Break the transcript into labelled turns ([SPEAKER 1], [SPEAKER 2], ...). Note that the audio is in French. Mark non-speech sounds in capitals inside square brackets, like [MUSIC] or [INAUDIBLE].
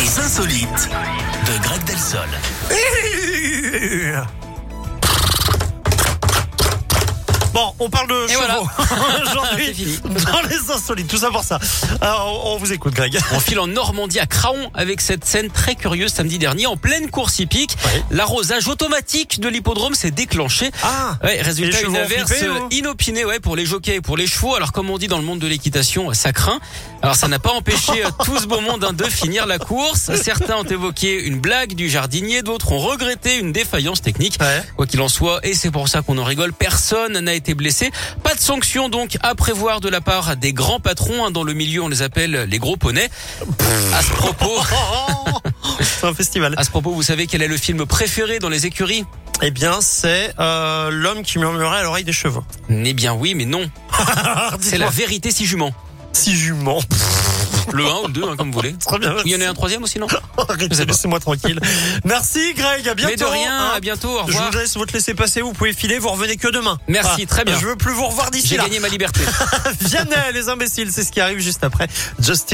[SPEAKER 1] insolite de Greg Delsol.
[SPEAKER 2] [LAUGHS] Bon, on parle de
[SPEAKER 3] Et voilà. [LAUGHS]
[SPEAKER 2] chevaux
[SPEAKER 3] C'est
[SPEAKER 2] aujourd'hui
[SPEAKER 3] fini.
[SPEAKER 2] dans les insolites, tout ça pour ça. Alors, on on vous écoute, Greg.
[SPEAKER 3] On file en Normandie à Craon avec cette scène très curieuse samedi dernier en pleine course hippique.
[SPEAKER 2] Ouais.
[SPEAKER 3] L'arrosage automatique de l'hippodrome s'est déclenché.
[SPEAKER 2] Ah,
[SPEAKER 3] Ouais, résultat,
[SPEAKER 2] Et les
[SPEAKER 3] une
[SPEAKER 2] chevaux ont
[SPEAKER 3] averse
[SPEAKER 2] flippé,
[SPEAKER 3] euh,
[SPEAKER 2] non
[SPEAKER 3] inopinée ouais, pour les jockeys et pour les chevaux. Alors, comme on dit dans le monde de l'équitation, ça craint. Alors, ça n'a pas empêché euh, tout ce beau monde hein, de finir la course. Certains ont évoqué une blague du jardinier, d'autres ont regretté une défaillance technique.
[SPEAKER 2] Ouais.
[SPEAKER 3] Quoi qu'il en soit, et c'est pour ça qu'on en rigole, personne n'a été blessé. Pas de sanction donc à prévoir de la part des grands patrons. hein. dans le milieu, on les appelle les gros poneys. À ce propos,
[SPEAKER 2] Oh, c'est un festival.
[SPEAKER 3] à ce propos, vous savez quel est le film préféré dans les écuries
[SPEAKER 2] Eh bien, c'est euh, l'homme qui murmurait à l'oreille des chevaux. [LAUGHS]
[SPEAKER 3] Eh bien oui, mais non. C'est la
[SPEAKER 2] Dis-moi,
[SPEAKER 3] vérité si jument.
[SPEAKER 2] Si jument.
[SPEAKER 3] Le 1 ou le 2, hein, comme vous voulez.
[SPEAKER 2] Très bien.
[SPEAKER 3] Ou Il y en a un troisième aussi, non
[SPEAKER 2] [LAUGHS] Arrêtez, laissez-moi tranquille. Merci, Greg. À bientôt.
[SPEAKER 3] Mais de rien,
[SPEAKER 2] hein.
[SPEAKER 3] à bientôt, au
[SPEAKER 2] Je
[SPEAKER 3] revoir.
[SPEAKER 2] vous laisse, vous te laissez passer. Vous pouvez filer. Vous revenez que demain.
[SPEAKER 3] Merci,
[SPEAKER 2] Ah,
[SPEAKER 3] très bien.
[SPEAKER 2] [LAUGHS] Je veux plus vous revoir d'ici
[SPEAKER 3] J'ai
[SPEAKER 2] là.
[SPEAKER 3] gagné ma liberté.
[SPEAKER 2] Vianney, les imbéciles, c'est ce qui arrive juste après. Justin.